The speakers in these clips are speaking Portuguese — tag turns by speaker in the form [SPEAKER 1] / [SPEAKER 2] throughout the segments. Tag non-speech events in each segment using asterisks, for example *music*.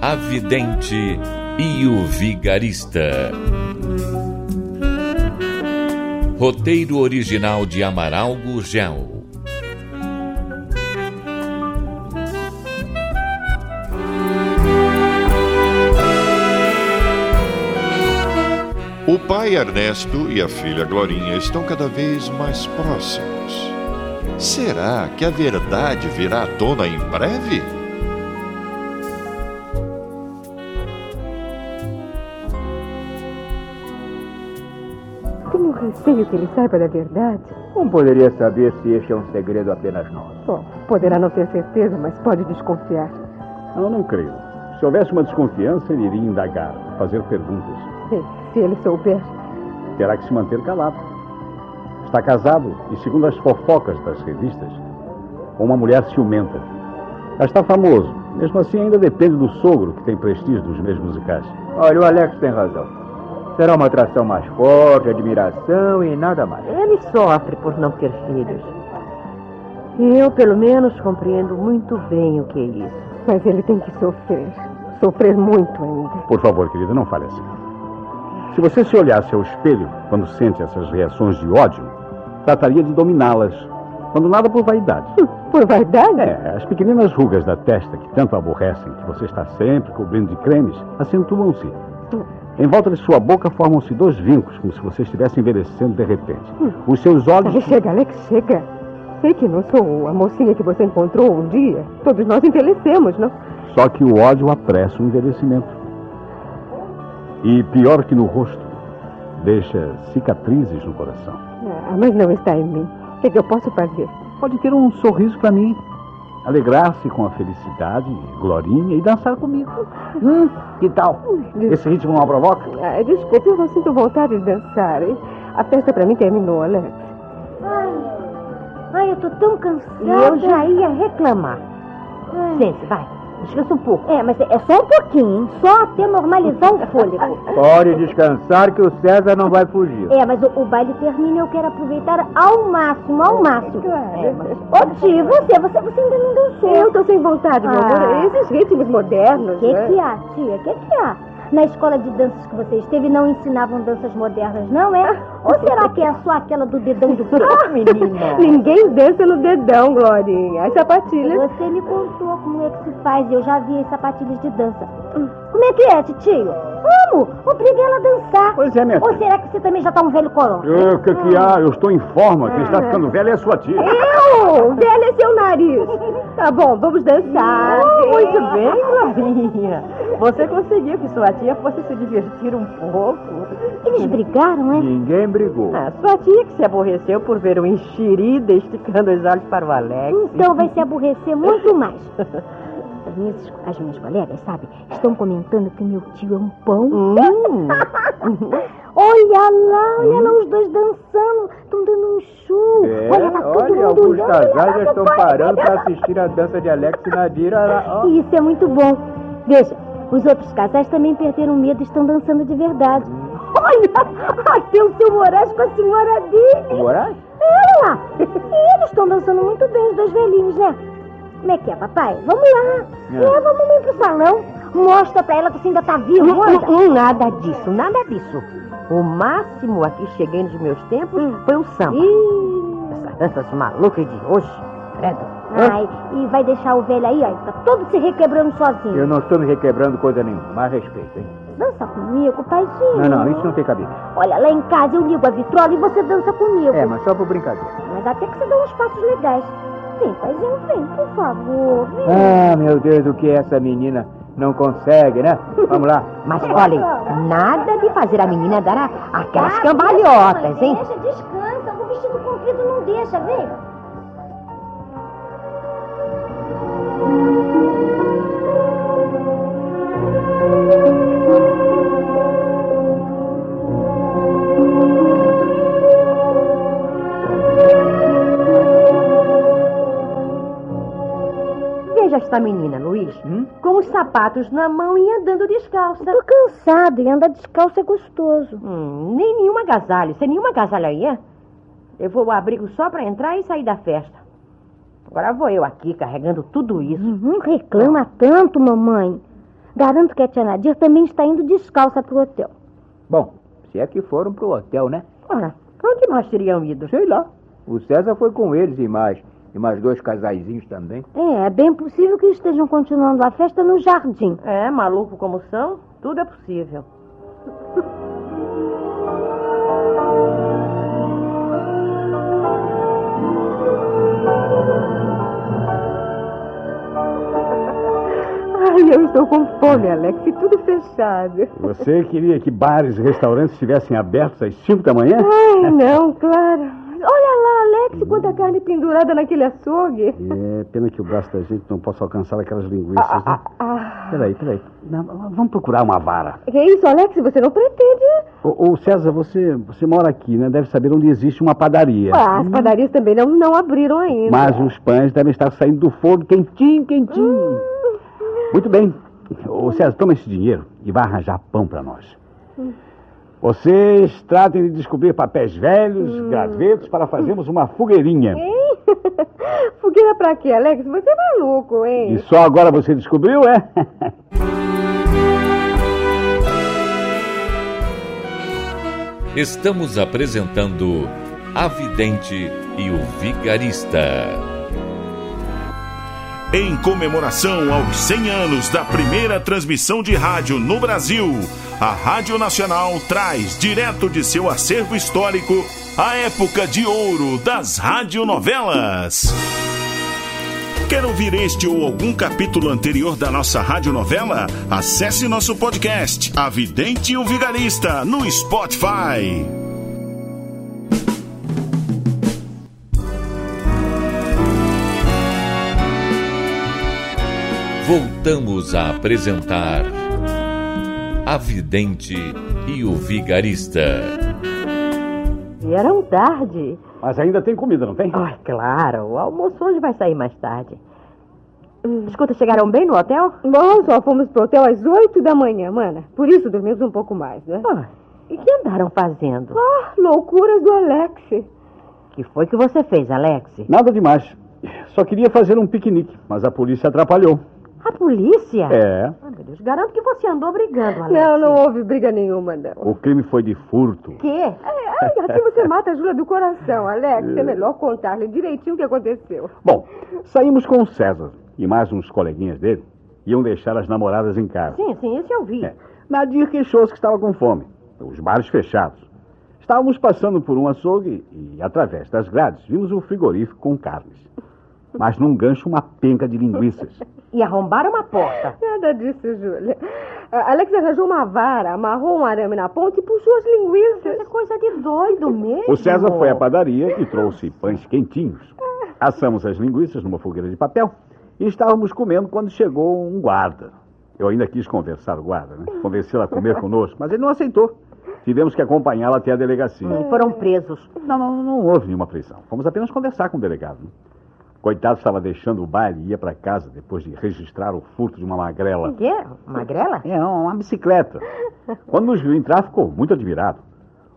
[SPEAKER 1] A Vidente e o Vigarista. Roteiro original de Amaral Gurgel.
[SPEAKER 2] O pai Ernesto e a filha Glorinha estão cada vez mais próximos. Será que a verdade virá à tona em breve?
[SPEAKER 3] Tenho um receio que ele saiba da verdade.
[SPEAKER 4] Como poderia saber se este é um segredo apenas nosso?
[SPEAKER 3] Bom, poderá não ter certeza, mas pode desconfiar.
[SPEAKER 5] Eu não creio. Se houvesse uma desconfiança, ele iria indagar, fazer perguntas.
[SPEAKER 3] Se- Se ele souber.
[SPEAKER 5] Terá que se manter calado. Está casado e, segundo as fofocas das revistas, com uma mulher ciumenta. Já está famoso. Mesmo assim, ainda depende do sogro, que tem prestígio dos meios musicais.
[SPEAKER 4] Olha, o Alex tem razão. Será uma atração mais forte, admiração e nada mais.
[SPEAKER 6] Ele sofre por não ter filhos. E eu, pelo menos, compreendo muito bem o que é isso.
[SPEAKER 3] Mas ele tem que sofrer. Sofrer muito ainda.
[SPEAKER 5] Por favor, querida, não fale assim. Se você se olhasse ao espelho quando sente essas reações de ódio, trataria de dominá-las, quando nada por vaidade.
[SPEAKER 3] Hum, Por vaidade?
[SPEAKER 5] É, as pequeninas rugas da testa que tanto aborrecem, que você está sempre cobrindo de cremes, acentuam-se. Em volta de sua boca formam-se dois vincos, como se você estivesse envelhecendo de repente. Os seus
[SPEAKER 3] Alex,
[SPEAKER 5] olhos.
[SPEAKER 3] chega, Alex, chega. Sei que não sou a mocinha que você encontrou um dia. Todos nós envelhecemos, não?
[SPEAKER 5] Só que o ódio apressa o envelhecimento. E pior que no rosto, deixa cicatrizes no coração.
[SPEAKER 3] Ah, mas não está em mim. O que, é que eu posso fazer?
[SPEAKER 5] Pode ter um sorriso para mim, alegrar-se com a felicidade, glorinha e dançar comigo. Hum, que tal? Esse ritmo não a provoca?
[SPEAKER 3] Ah, desculpe, eu não sinto vontade de dançar. hein? A festa pra mim terminou, né? Alex.
[SPEAKER 7] Ai, ai, eu tô tão cansada.
[SPEAKER 6] E eu já ia reclamar. Sente, vai. Descansa um pouco.
[SPEAKER 7] É, mas é só um pouquinho, hein? só até
[SPEAKER 6] *laughs*
[SPEAKER 7] normalizar
[SPEAKER 6] um
[SPEAKER 7] o fôlego.
[SPEAKER 4] Pode descansar que o César não vai fugir.
[SPEAKER 7] É, mas o, o baile termina e eu quero aproveitar ao máximo, ao máximo. É, mas... Ô, Ti, você, você, você ainda não dançou.
[SPEAKER 3] Eu tô sem vontade, meu amor.
[SPEAKER 6] É
[SPEAKER 7] Ah.
[SPEAKER 3] Esses ritmos
[SPEAKER 7] O
[SPEAKER 3] modernos.
[SPEAKER 7] que
[SPEAKER 3] né?
[SPEAKER 7] que há, tia? O que que há? Na escola de danças que você esteve não ensinavam danças modernas,
[SPEAKER 6] *laughs*
[SPEAKER 7] não é? Ou será que é só aquela do dedão do pé?
[SPEAKER 3] é? Ninguém dança no dedão, Glorinha. As sapatilhas.
[SPEAKER 7] Você me contou como é que se faz e eu já vi as sapatilhas de dança.
[SPEAKER 4] Hum.
[SPEAKER 7] Como é que é, titio? Vamos! Obrigue ela a dançar.
[SPEAKER 5] Pois é, minha
[SPEAKER 7] Ou
[SPEAKER 5] filha.
[SPEAKER 7] será que você também já tá um velho coroa?
[SPEAKER 5] O que, que há? Eu estou em forma. Quem
[SPEAKER 4] Ah.
[SPEAKER 5] está ficando velho é a sua tia.
[SPEAKER 3] Eu! Velha é seu nariz. Tá bom, vamos dançar.
[SPEAKER 6] muito bem, Globinha. Você conseguiu que sua tia fosse se divertir um pouco.
[SPEAKER 7] Eles brigaram, é?
[SPEAKER 4] Ninguém brigou.
[SPEAKER 6] Ah, sua tia que se aborreceu por
[SPEAKER 3] um
[SPEAKER 6] ver o enxerida esticando os olhos para o Alex.
[SPEAKER 7] Então vai se aborrecer
[SPEAKER 4] *laughs*
[SPEAKER 7] muito mais. As minhas, as minhas colegas, sabe, estão comentando que meu tio é um pão.
[SPEAKER 4] Hum.
[SPEAKER 3] Hum.
[SPEAKER 7] olha lá, olha lá os dois dançando. Estão dando um show.
[SPEAKER 4] Hum. É,
[SPEAKER 7] olha, tá todo
[SPEAKER 4] olha,
[SPEAKER 7] mundo
[SPEAKER 4] alguns
[SPEAKER 7] olhando, olha lá,
[SPEAKER 4] casais já estão
[SPEAKER 7] papai.
[SPEAKER 4] parando para assistir a dança de Alex e Nadira. Olha lá, ó.
[SPEAKER 7] E Isso é muito bom. Veja, os outros casais também perderam medo e estão dançando de verdade. Olha, até o seu Moraes com a senhora dele.
[SPEAKER 4] Moraes?
[SPEAKER 7] Olha lá. E eles estão dançando muito bem, os dois velhinhos, né? Como é que é, papai? Vamos lá.
[SPEAKER 4] É.
[SPEAKER 7] Leva a mamãe pro salão. Mostra pra ela que você ainda tá vivo.
[SPEAKER 6] Hum,
[SPEAKER 7] anda.
[SPEAKER 6] hum, hum, nada disso, nada disso. O máximo a que cheguei nos meus tempos foi o samba. Essas danças malucas de hoje, credo.
[SPEAKER 7] Ai, e vai deixar o velho aí, ó. Tá todo se requebrando sozinho.
[SPEAKER 4] Eu não estou me requebrando coisa nenhuma, mas respeito, hein?
[SPEAKER 7] Dança comigo, paizinho.
[SPEAKER 4] Não, não, isso não tem cabida.
[SPEAKER 7] Olha, lá em casa eu ligo a vitrola e você dança comigo.
[SPEAKER 4] É, mas só por brincadeira.
[SPEAKER 7] Mas até que você dá uns passos legais. Vem, paizinho, vem, por favor. Vem.
[SPEAKER 4] Ah, meu Deus, o que essa menina não consegue, né? Vamos lá.
[SPEAKER 6] Mas olhem, nada de fazer a menina dar a- aquelas cambalhotas, hein?
[SPEAKER 7] Tá, Deixa, descansa. O vestido comprido não deixa, vem.
[SPEAKER 6] essa menina, Luiz, com os sapatos na mão e andando descalça.
[SPEAKER 7] Hum? Tô cansado e andar descalço é gostoso.
[SPEAKER 6] Hum, nem nenhum agasalho. Sem nenhum agasalho aí, é? Eu vou o abrigo só pra entrar e sair da festa. Agora vou eu aqui carregando tudo isso.
[SPEAKER 7] Não Hum, Uhum, reclama tanto, mamãe. Garanto que a tia Nadir também está indo descalça pro hotel.
[SPEAKER 4] Bom, se é que foram pro hotel, né?
[SPEAKER 6] Ora, onde nós teríamos ido?
[SPEAKER 4] Sei lá. O César foi com eles e mais. E mais dois casaizinhos também.
[SPEAKER 7] É, é bem possível que estejam continuando a festa no jardim.
[SPEAKER 6] É, maluco como são, tudo é possível. *laughs*
[SPEAKER 3] Ai, eu estou com fome, Alex, e tudo fechado.
[SPEAKER 5] Você queria que bares e restaurantes estivessem abertos às 5 da manhã?
[SPEAKER 3] Ai, não, claro. Olha lá, Alex, quanta carne pendurada naquele açougue.
[SPEAKER 5] É, pena que o braço da gente não possa alcançar aquelas linguiças, né?
[SPEAKER 3] Ah,
[SPEAKER 5] Peraí, peraí. Não, vamos procurar uma vara.
[SPEAKER 3] que isso, Alex? Você não pretende?
[SPEAKER 5] Ô, ô, César, você, você mora aqui, né? Deve saber onde existe uma padaria.
[SPEAKER 3] Ah, as
[SPEAKER 7] Hum.
[SPEAKER 3] padarias também não, não abriram ainda.
[SPEAKER 5] Mas os pães devem estar saindo do forno quentinho, quentinho. Muito bem. Ô, César, toma esse dinheiro e vai arranjar pão para nós. Vocês tratem de descobrir papéis velhos, gravetos, para fazermos uma fogueirinha.
[SPEAKER 3] Fogueira pra quê, Alex? Você é maluco, hein?
[SPEAKER 5] E só agora você descobriu, é?
[SPEAKER 1] Estamos apresentando A Vidente e o Vigarista.
[SPEAKER 8] Em comemoração aos 100 anos da primeira transmissão de rádio no Brasil, a Rádio Nacional traz direto de seu acervo histórico a época de ouro das radionovelas. Quer ouvir este ou algum capítulo anterior da nossa radionovela? Acesse nosso podcast, A Vidente e o Vigarista, no Spotify.
[SPEAKER 1] Voltamos a apresentar A Vidente e o Vigarista.
[SPEAKER 6] Vieram tarde.
[SPEAKER 5] Mas ainda tem comida, não tem?
[SPEAKER 6] Ai, claro, o almoço hoje vai sair mais tarde. Hum, Escuta, chegaram bem no hotel?
[SPEAKER 3] Bom, só fomos pro hotel às oito da manhã, mana. Por isso dormimos um pouco mais, né?
[SPEAKER 6] Ah, e que andaram fazendo?
[SPEAKER 3] Ah, loucuras do Alex.
[SPEAKER 6] que foi que você fez, Alex?
[SPEAKER 5] Nada demais. Só queria fazer um piquenique, mas a polícia atrapalhou.
[SPEAKER 6] A polícia?
[SPEAKER 5] É.
[SPEAKER 6] Ai, meu Deus, garanto que você andou brigando, Alex.
[SPEAKER 3] Não, não houve briga nenhuma, não.
[SPEAKER 5] O crime foi de furto.
[SPEAKER 6] Quê?
[SPEAKER 3] Ai, assim *laughs* você mata a Júlia do coração, Alex. É melhor contar-lhe direitinho o que aconteceu.
[SPEAKER 5] Bom, saímos com o César e mais uns coleguinhas dele. Iam deixar as namoradas em casa.
[SPEAKER 6] Sim, sim, isso eu vi.
[SPEAKER 5] É. Nadir queixou-se que estava com fome. Os bares fechados. Estávamos passando por um açougue e, através das grades, vimos um frigorífico com carnes. Mas num gancho, uma penca de linguiças.
[SPEAKER 6] E arrombaram uma porta.
[SPEAKER 3] Nada disso, Júlia. A- Alex arranjou uma vara, amarrou um arame na ponta e puxou as linguiças.
[SPEAKER 6] Isso é coisa de doido mesmo.
[SPEAKER 5] O César foi à padaria e trouxe pães quentinhos. Assamos as linguiças numa fogueira de papel e estávamos comendo quando chegou um guarda. Eu ainda quis conversar o guarda, né? Convencê-lo a comer conosco, mas ele não aceitou. Tivemos que acompanhá-lo até a delegacia.
[SPEAKER 6] E foram presos.
[SPEAKER 5] Não, não, não houve nenhuma prisão. Fomos apenas conversar com o delegado. né? Coitado estava deixando o baile e ia para casa depois de registrar o furto de uma magrela.
[SPEAKER 6] Quê? Magrela?
[SPEAKER 5] É, uma bicicleta. Quando nos viu entrar, ficou muito admirado.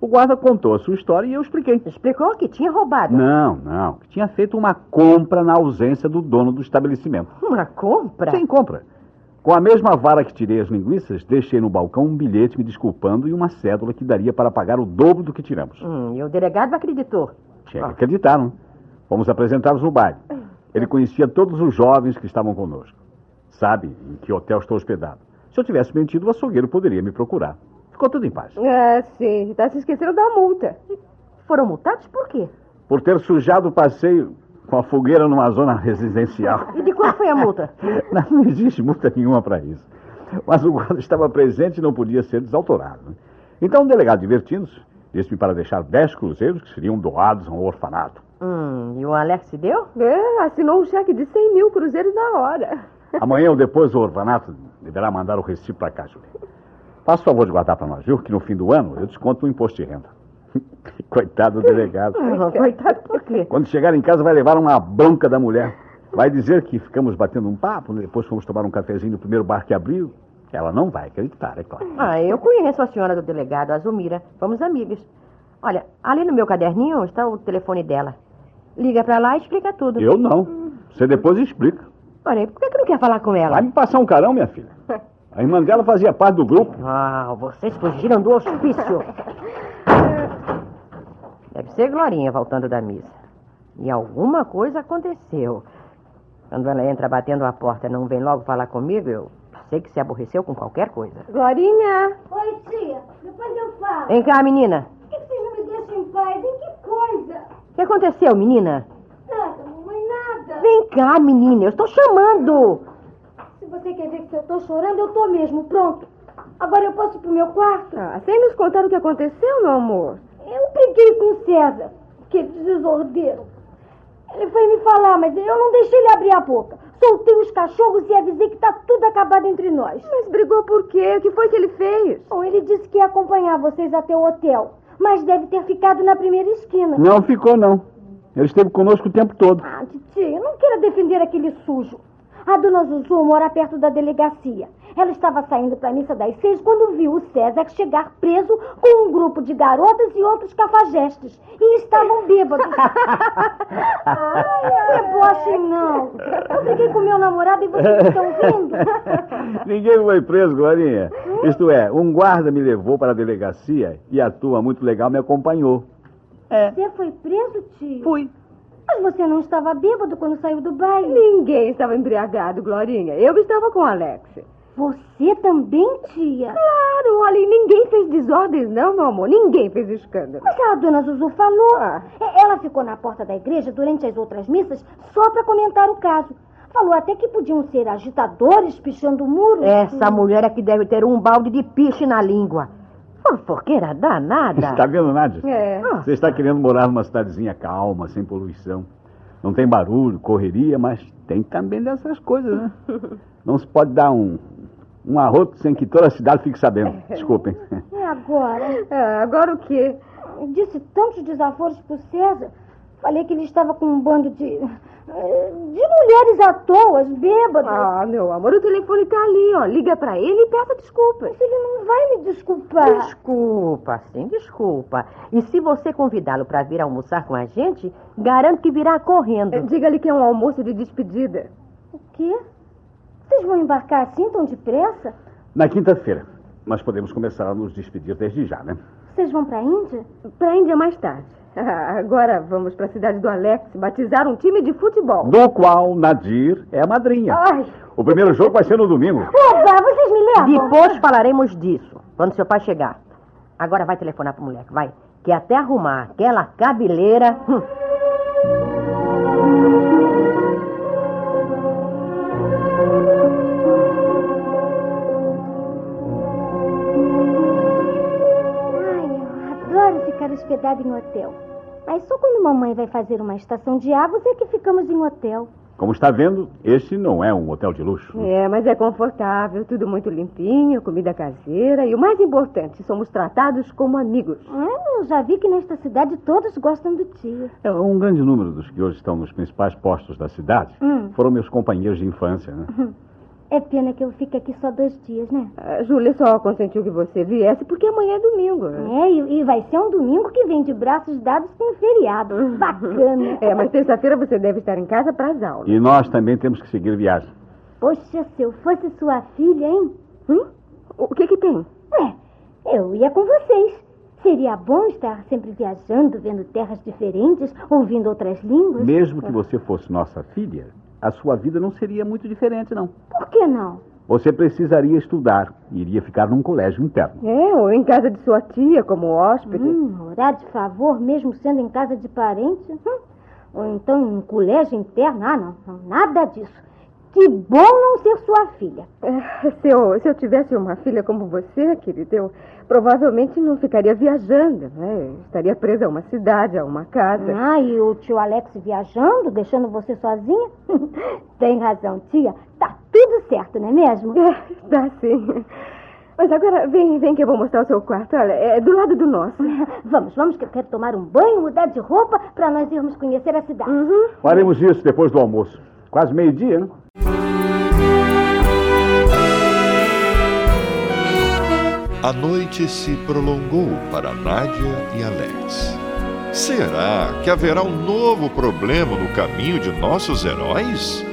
[SPEAKER 5] O guarda contou a sua história e eu expliquei.
[SPEAKER 6] Explicou que tinha roubado.
[SPEAKER 5] Não, não. que Tinha feito uma compra na ausência do dono do estabelecimento.
[SPEAKER 6] Uma
[SPEAKER 7] Tá.
[SPEAKER 6] compra?
[SPEAKER 5] Sem compra. Com a mesma vara que tirei as linguiças, deixei no balcão um bilhete me desculpando e uma cédula que daria para pagar o dobro do que tiramos.
[SPEAKER 6] Hum, e o delegado acreditou.
[SPEAKER 5] Tinha que acreditar, não? Fomos apresentá-los no baile. Ele conhecia todos os jovens que estavam conosco. Sabe em que hotel estou hospedado. Se eu tivesse mentido, o açougueiro poderia me procurar. Ficou tudo em paz.
[SPEAKER 3] Ah, sim. Tá se esquecendo da multa.
[SPEAKER 6] Foram multados por quê?
[SPEAKER 5] Por ter sujado o passeio com a fogueira numa zona residencial.
[SPEAKER 6] E de qual foi a multa?
[SPEAKER 5] *laughs* Não existe multa nenhuma para isso. Mas o guarda estava presente e não podia ser desautorado. né? Então o delegado, divertindo-se, disse-me para deixar 10 cruzeiros que seriam doados a um orfanato.
[SPEAKER 6] Hum, e o Alex se deu?
[SPEAKER 3] É, assinou um cheque de 100 mil cruzeiros na hora.
[SPEAKER 5] Amanhã ou depois o orfanato deverá mandar o recibo para cá, Júlia. Faça o favor de guardar para nós, viu? Que no fim do ano eu desconto o imposto de renda. *laughs* Coitado do delegado.
[SPEAKER 6] Hum, coitado, por quê?
[SPEAKER 5] Quando chegar em casa vai levar uma bronca da mulher. Vai dizer que ficamos batendo um papo, né? depois fomos tomar um cafezinho no primeiro bar que abriu? Ela não vai acreditar, é claro.
[SPEAKER 6] Ah, eu conheço a senhora do delegado, a Zumira. Vamos amigas. Olha, ali no meu caderninho está o telefone dela. Liga pra lá e explica tudo.
[SPEAKER 5] Eu não. Você depois explica.
[SPEAKER 6] Olha, por que, que não quer falar com ela?
[SPEAKER 5] Vai me passar um carão, minha filha. A irmã dela fazia parte do grupo.
[SPEAKER 6] Ah, vocês fugiram do hospício. *laughs* Deve ser Glorinha voltando da missa. E alguma coisa aconteceu. Quando ela entra batendo a porta e não vem logo falar comigo, eu sei que se aborreceu com qualquer coisa.
[SPEAKER 3] Glorinha!
[SPEAKER 7] Oi, tia. Depois eu falo.
[SPEAKER 6] Vem cá, menina.
[SPEAKER 7] Por que que vocês não me deixam em paz? Em que coisa?
[SPEAKER 6] O que aconteceu, menina?
[SPEAKER 7] Nada, mamãe, nada.
[SPEAKER 6] Vem cá, menina. Eu estou chamando.
[SPEAKER 7] Se você quer ver que eu tô chorando, eu tô mesmo. Pronto. Agora eu posso ir pro meu quarto?
[SPEAKER 3] Ah, sem nos contar o que aconteceu, meu amor.
[SPEAKER 7] Eu briguei com o César, aquele desordeiro. Ele foi me falar, mas eu não deixei ele abrir a boca. Soltei os cachorros e avisei que tá tudo acabado entre nós.
[SPEAKER 3] Mas *laughs* brigou por quê? O que foi que ele fez?
[SPEAKER 7] Bom, ele disse que ia acompanhar vocês até o hotel, mas deve ter ficado na primeira esquina.
[SPEAKER 5] Não ficou, não. Ele esteve conosco o tempo
[SPEAKER 7] *laughs*
[SPEAKER 5] todo.
[SPEAKER 7] Ah, titia, não queira defender aquele sujo. A dona Zuzu mora perto da delegacia. Ela estava saindo para a missa das seis quando viu o César chegar preso com um grupo de garotas e outros cafajestes. E estavam bêbados. ai, deboche não. Eu briguei com meu namorado e vocês estão vendo?
[SPEAKER 5] Ninguém foi preso, Glorinha. Isto é, um guarda me levou para a delegacia e a tua muito legal me acompanhou.
[SPEAKER 7] Você foi preso, tio?
[SPEAKER 5] Fui.
[SPEAKER 7] Mas você não estava bêbado quando saiu do baile?
[SPEAKER 3] Ninguém estava embriagado, Glorinha. Eu estava com o Alex.
[SPEAKER 7] Você também, tia?
[SPEAKER 3] Claro, olha, e ninguém fez desordens, não, meu amor. Ninguém fez escândalo.
[SPEAKER 7] Mas a dona Zuzu falou.
[SPEAKER 3] Ah.
[SPEAKER 7] É, Ela ficou na porta da igreja durante as outras missas só para comentar o caso. Falou até que podiam ser agitadores pichando muros.
[SPEAKER 6] Essa mulher é que deve ter um balde de piche na língua. Fofoqueira
[SPEAKER 5] *laughs*
[SPEAKER 6] danada.
[SPEAKER 5] Está tá vendo, Nádia?
[SPEAKER 3] É.
[SPEAKER 5] Você está querendo morar numa cidadezinha calma, sem poluição. Não tem barulho, correria, mas tem também dessas coisas, né? Não se pode dar um, um arroto sem que toda a cidade fique sabendo. Desculpem.
[SPEAKER 7] E agora?
[SPEAKER 3] Ah, agora o quê?
[SPEAKER 7] Disse tantos desaforos pro César. Falei que ele estava com um bando de. eh, de mulheres à toa, bêbadas.
[SPEAKER 3] Ah, meu amor, o telefone tá ali, ó. Liga pra ele e peça desculpas.
[SPEAKER 7] Mas ele não vai me desculpar.
[SPEAKER 6] Desculpa, sim, desculpa. E se você convidá-lo para vir almoçar com a gente, garanto que virá correndo.
[SPEAKER 3] Eh, Diga-lhe que é um almoço de despedida.
[SPEAKER 7] O quê? Vocês vão embarcar assim tão depressa?
[SPEAKER 5] Na quinta-feira. Mas podemos começar a nos despedir desde já, né?
[SPEAKER 7] Vocês vão pra Índia?
[SPEAKER 3] Pra Índia mais tarde. *laughs* Ah, Agora vamos pra cidade do Alex batizar um time de futebol.
[SPEAKER 5] Do qual Nadir é a madrinha.
[SPEAKER 3] Ai,
[SPEAKER 5] O primeiro jogo vai ser no domingo.
[SPEAKER 7] Oba, vocês me levam?
[SPEAKER 6] Depois falaremos disso, quando seu pai chegar. Agora vai telefonar pro moleque, vai. Que até arrumar aquela cabeleira. hum,
[SPEAKER 7] Ai, eu adoro ficar hospedada em hotel. Mas só quando mamãe vai fazer uma estação de avos é que ficamos em hotel.
[SPEAKER 5] Como está vendo, este não é um hotel de luxo.
[SPEAKER 3] É, mas é confortável, tudo muito limpinho, comida caseira e o mais importante, somos tratados como amigos.
[SPEAKER 7] Ah, eu já vi que nesta cidade todos gostam do tio.
[SPEAKER 5] É, Um grande número dos que hoje estão nos principais postos da cidade foram meus companheiros de infância, né?
[SPEAKER 7] É pena que eu fique aqui só dois dias, né?
[SPEAKER 3] A Ah, Júlia só consentiu que você viesse porque amanhã é domingo.
[SPEAKER 7] É, e, e vai ser um domingo que vem de braços dados com um feriado. Bacana.
[SPEAKER 3] É, mas terça-feira você deve estar em casa para as aulas.
[SPEAKER 5] E nós também temos que seguir viagem.
[SPEAKER 7] Poxa, se eu fosse sua filha, hein?
[SPEAKER 3] Hum? O que que tem?
[SPEAKER 7] Ué, eu ia com vocês. Seria bom estar sempre viajando, vendo terras diferentes, ouvindo outras línguas.
[SPEAKER 5] Mesmo que você fosse nossa filha, a sua vida não seria muito diferente, não.
[SPEAKER 7] Por que não?
[SPEAKER 5] Você precisaria estudar e iria ficar num colégio interno.
[SPEAKER 3] É, ou em casa de sua tia, como hóspede.
[SPEAKER 7] Hum, orar de favor, mesmo sendo em casa de parente? Hum. Ou então em um colégio interno? Ah, não, não, nada disso. Que bom não ser sua filha.
[SPEAKER 3] É, Se eu, se eu tivesse uma filha como você, querido, eu provavelmente não ficaria viajando, né? Estaria presa a uma cidade, a uma casa.
[SPEAKER 7] Ah, e o tio Alex viajando, deixando você sozinha? *laughs* Tem razão, tia. Tá tudo certo, não é mesmo?
[SPEAKER 3] É, tá sim. Mas agora, vem, vem que eu vou mostrar o seu quarto. Olha, é do lado do nosso.
[SPEAKER 7] *laughs* Vamos, vamos, que eu quero
[SPEAKER 3] Hum.
[SPEAKER 7] tomar um banho, mudar de roupa, pra nós irmos conhecer a cidade.
[SPEAKER 5] Faremos isso depois do almoço. Quase meio-dia, né?
[SPEAKER 2] A noite se prolongou para Nádia e Alex. Será que haverá um novo problema no caminho de nossos heróis?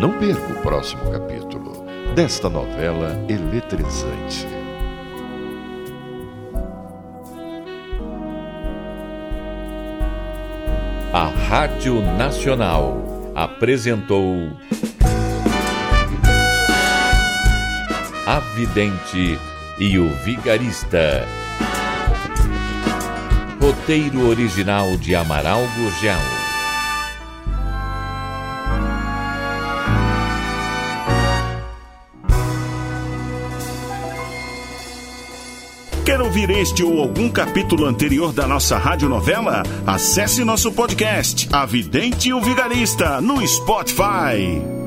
[SPEAKER 2] Não perca o próximo capítulo desta novela eletrizante.
[SPEAKER 1] A Rádio Nacional apresentou A Vidente e o Vigarista. Roteiro original de Amaral Gurgel.
[SPEAKER 8] Quer ouvir este ou algum capítulo anterior da nossa radionovela? Acesse nosso podcast, A Vidente e o Vigarista, no Spotify.